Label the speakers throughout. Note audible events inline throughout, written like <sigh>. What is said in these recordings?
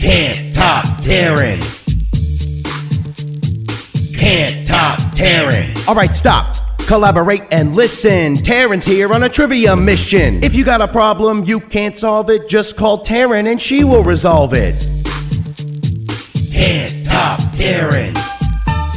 Speaker 1: Can't top Darren. Can't top Darren.
Speaker 2: All right, stop. Collaborate and listen. Taryn's here on a trivia mission. If you got a problem you can't solve it, just call Taryn and she will resolve it.
Speaker 1: Can't top Darren.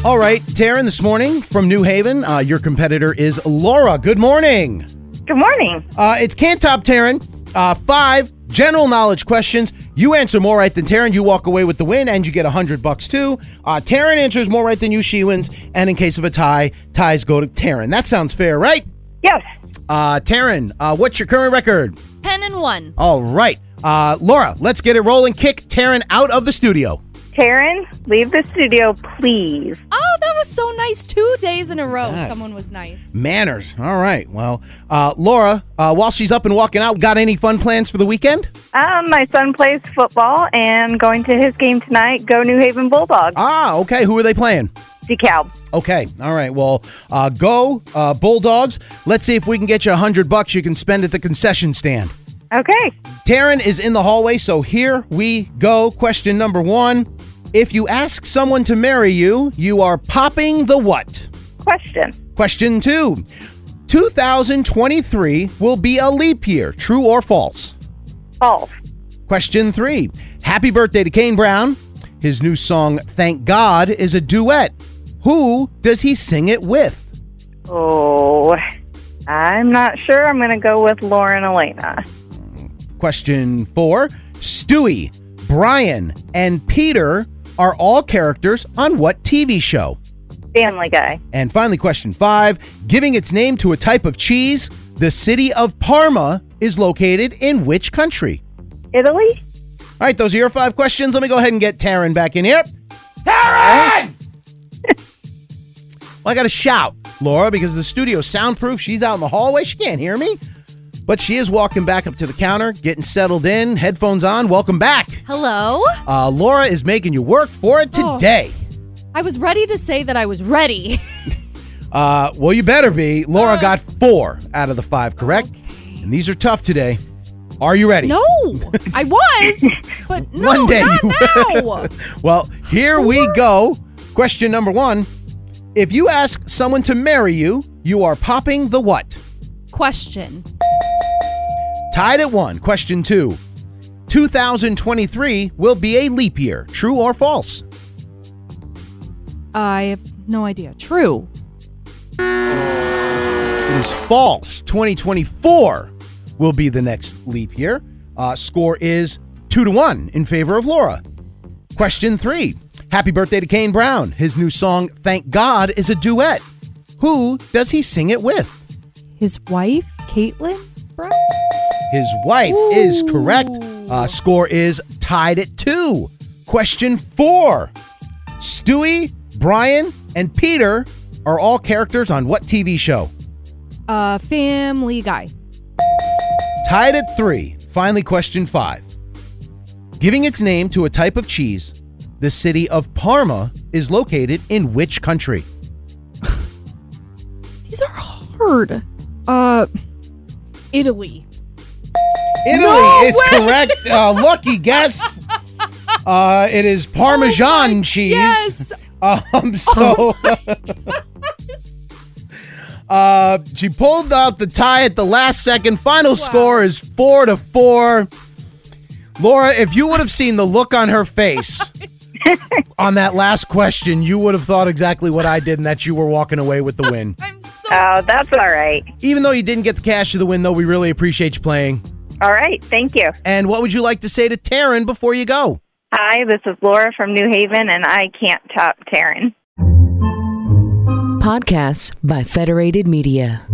Speaker 2: All right, Taryn, this morning from New Haven, uh, your competitor is Laura. Good morning.
Speaker 3: Good morning.
Speaker 2: Uh, it's Can't Top Taryn. Uh, five general knowledge questions. You answer more right than Taryn, you walk away with the win, and you get a hundred bucks too. Uh, Taryn answers more right than you, she wins. And in case of a tie, ties go to Taryn. That sounds fair, right?
Speaker 3: Yes.
Speaker 2: Uh, Taryn, uh, what's your current record?
Speaker 4: Ten and one.
Speaker 2: All right, uh, Laura, let's get it rolling. Kick Taryn out of the studio.
Speaker 3: Taryn, leave the studio, please.
Speaker 4: Oh, that was so nice. Two days in a row, someone was nice.
Speaker 2: Manners. All right. Well, uh, Laura, uh, while she's up and walking out, got any fun plans for the weekend?
Speaker 3: Um, my son plays football and going to his game tonight. Go New Haven Bulldogs.
Speaker 2: Ah, okay. Who are they playing?
Speaker 3: Decal.
Speaker 2: Okay. All right. Well, uh, go uh, Bulldogs. Let's see if we can get you a hundred bucks you can spend at the concession stand.
Speaker 3: Okay.
Speaker 2: Taryn is in the hallway, so here we go. Question number one: If you ask someone to marry you, you are popping the what?
Speaker 3: Question.
Speaker 2: Question two: 2023 will be a leap year. True or false?
Speaker 3: False.
Speaker 2: Question three: Happy birthday to Kane Brown. His new song "Thank God" is a duet. Who does he sing it with?
Speaker 3: Oh, I'm not sure. I'm going to go with Lauren Elena.
Speaker 2: Question four Stewie, Brian, and Peter are all characters on what TV show?
Speaker 3: Family Guy.
Speaker 2: And finally, question five Giving its name to a type of cheese, the city of Parma is located in which country?
Speaker 3: Italy?
Speaker 2: All right, those are your five questions. Let me go ahead and get Taryn back in here.
Speaker 1: Darren!
Speaker 2: Well, I got to shout, Laura, because the studio's soundproof. She's out in the hallway. She can't hear me. But she is walking back up to the counter, getting settled in, headphones on. Welcome back.
Speaker 4: Hello?
Speaker 2: Uh, Laura is making you work for it
Speaker 4: Oh.
Speaker 2: today.
Speaker 4: I was ready to say that I
Speaker 2: <laughs>
Speaker 4: was ready.
Speaker 2: Uh, well, you better be. Laura got four out of the five, correct? And these are tough today. Are you ready?
Speaker 4: no, I was,
Speaker 2: <laughs>
Speaker 4: but no,
Speaker 2: One day
Speaker 4: not
Speaker 2: you-
Speaker 4: now.
Speaker 2: Well, here we go. Question number one. If you ask someone to marry you, you are popping the what?
Speaker 4: Question.
Speaker 2: Tied at one. Question two. 2023 will be a leap year. True or false?
Speaker 4: I have no idea. True.
Speaker 2: It is false. 2024 will be the next leap year. Uh, score is two to one in favor of Laura. Question three Happy birthday to Kane Brown. His new song, Thank God, is a duet. Who does he sing it with?
Speaker 4: His wife, Caitlin? Brown?
Speaker 2: His wife is correct. Uh, score is tied at two. Question four Stewie, Brian, and Peter are all characters on what TV show?
Speaker 4: Uh, family guy.
Speaker 2: Tied at three. Finally, question five. Giving its name to a type of cheese, the city of Parma is located in which country?
Speaker 4: These are hard. Uh, Italy.
Speaker 2: Italy
Speaker 4: No
Speaker 2: is correct. Uh, lucky
Speaker 4: <laughs>
Speaker 2: guess. Uh, it is Parmesan cheese.
Speaker 4: Oh Yes.
Speaker 2: Um, <laughs> so uh, she pulled out the tie at the last second. Final score is four to four. Laura, if you would have seen the look on her face on that last question, you would have thought exactly what I did and that you were walking away with the win.
Speaker 4: I'm so
Speaker 3: Oh, that's all right.
Speaker 2: Even though you didn't get the cash of the win, though, we really appreciate you playing.
Speaker 3: All right. Thank you.
Speaker 2: And what would you like to say to Taryn before you go?
Speaker 3: Hi, this is Laura from New Haven, and I can't top Taryn.
Speaker 5: Podcasts by Federated Media.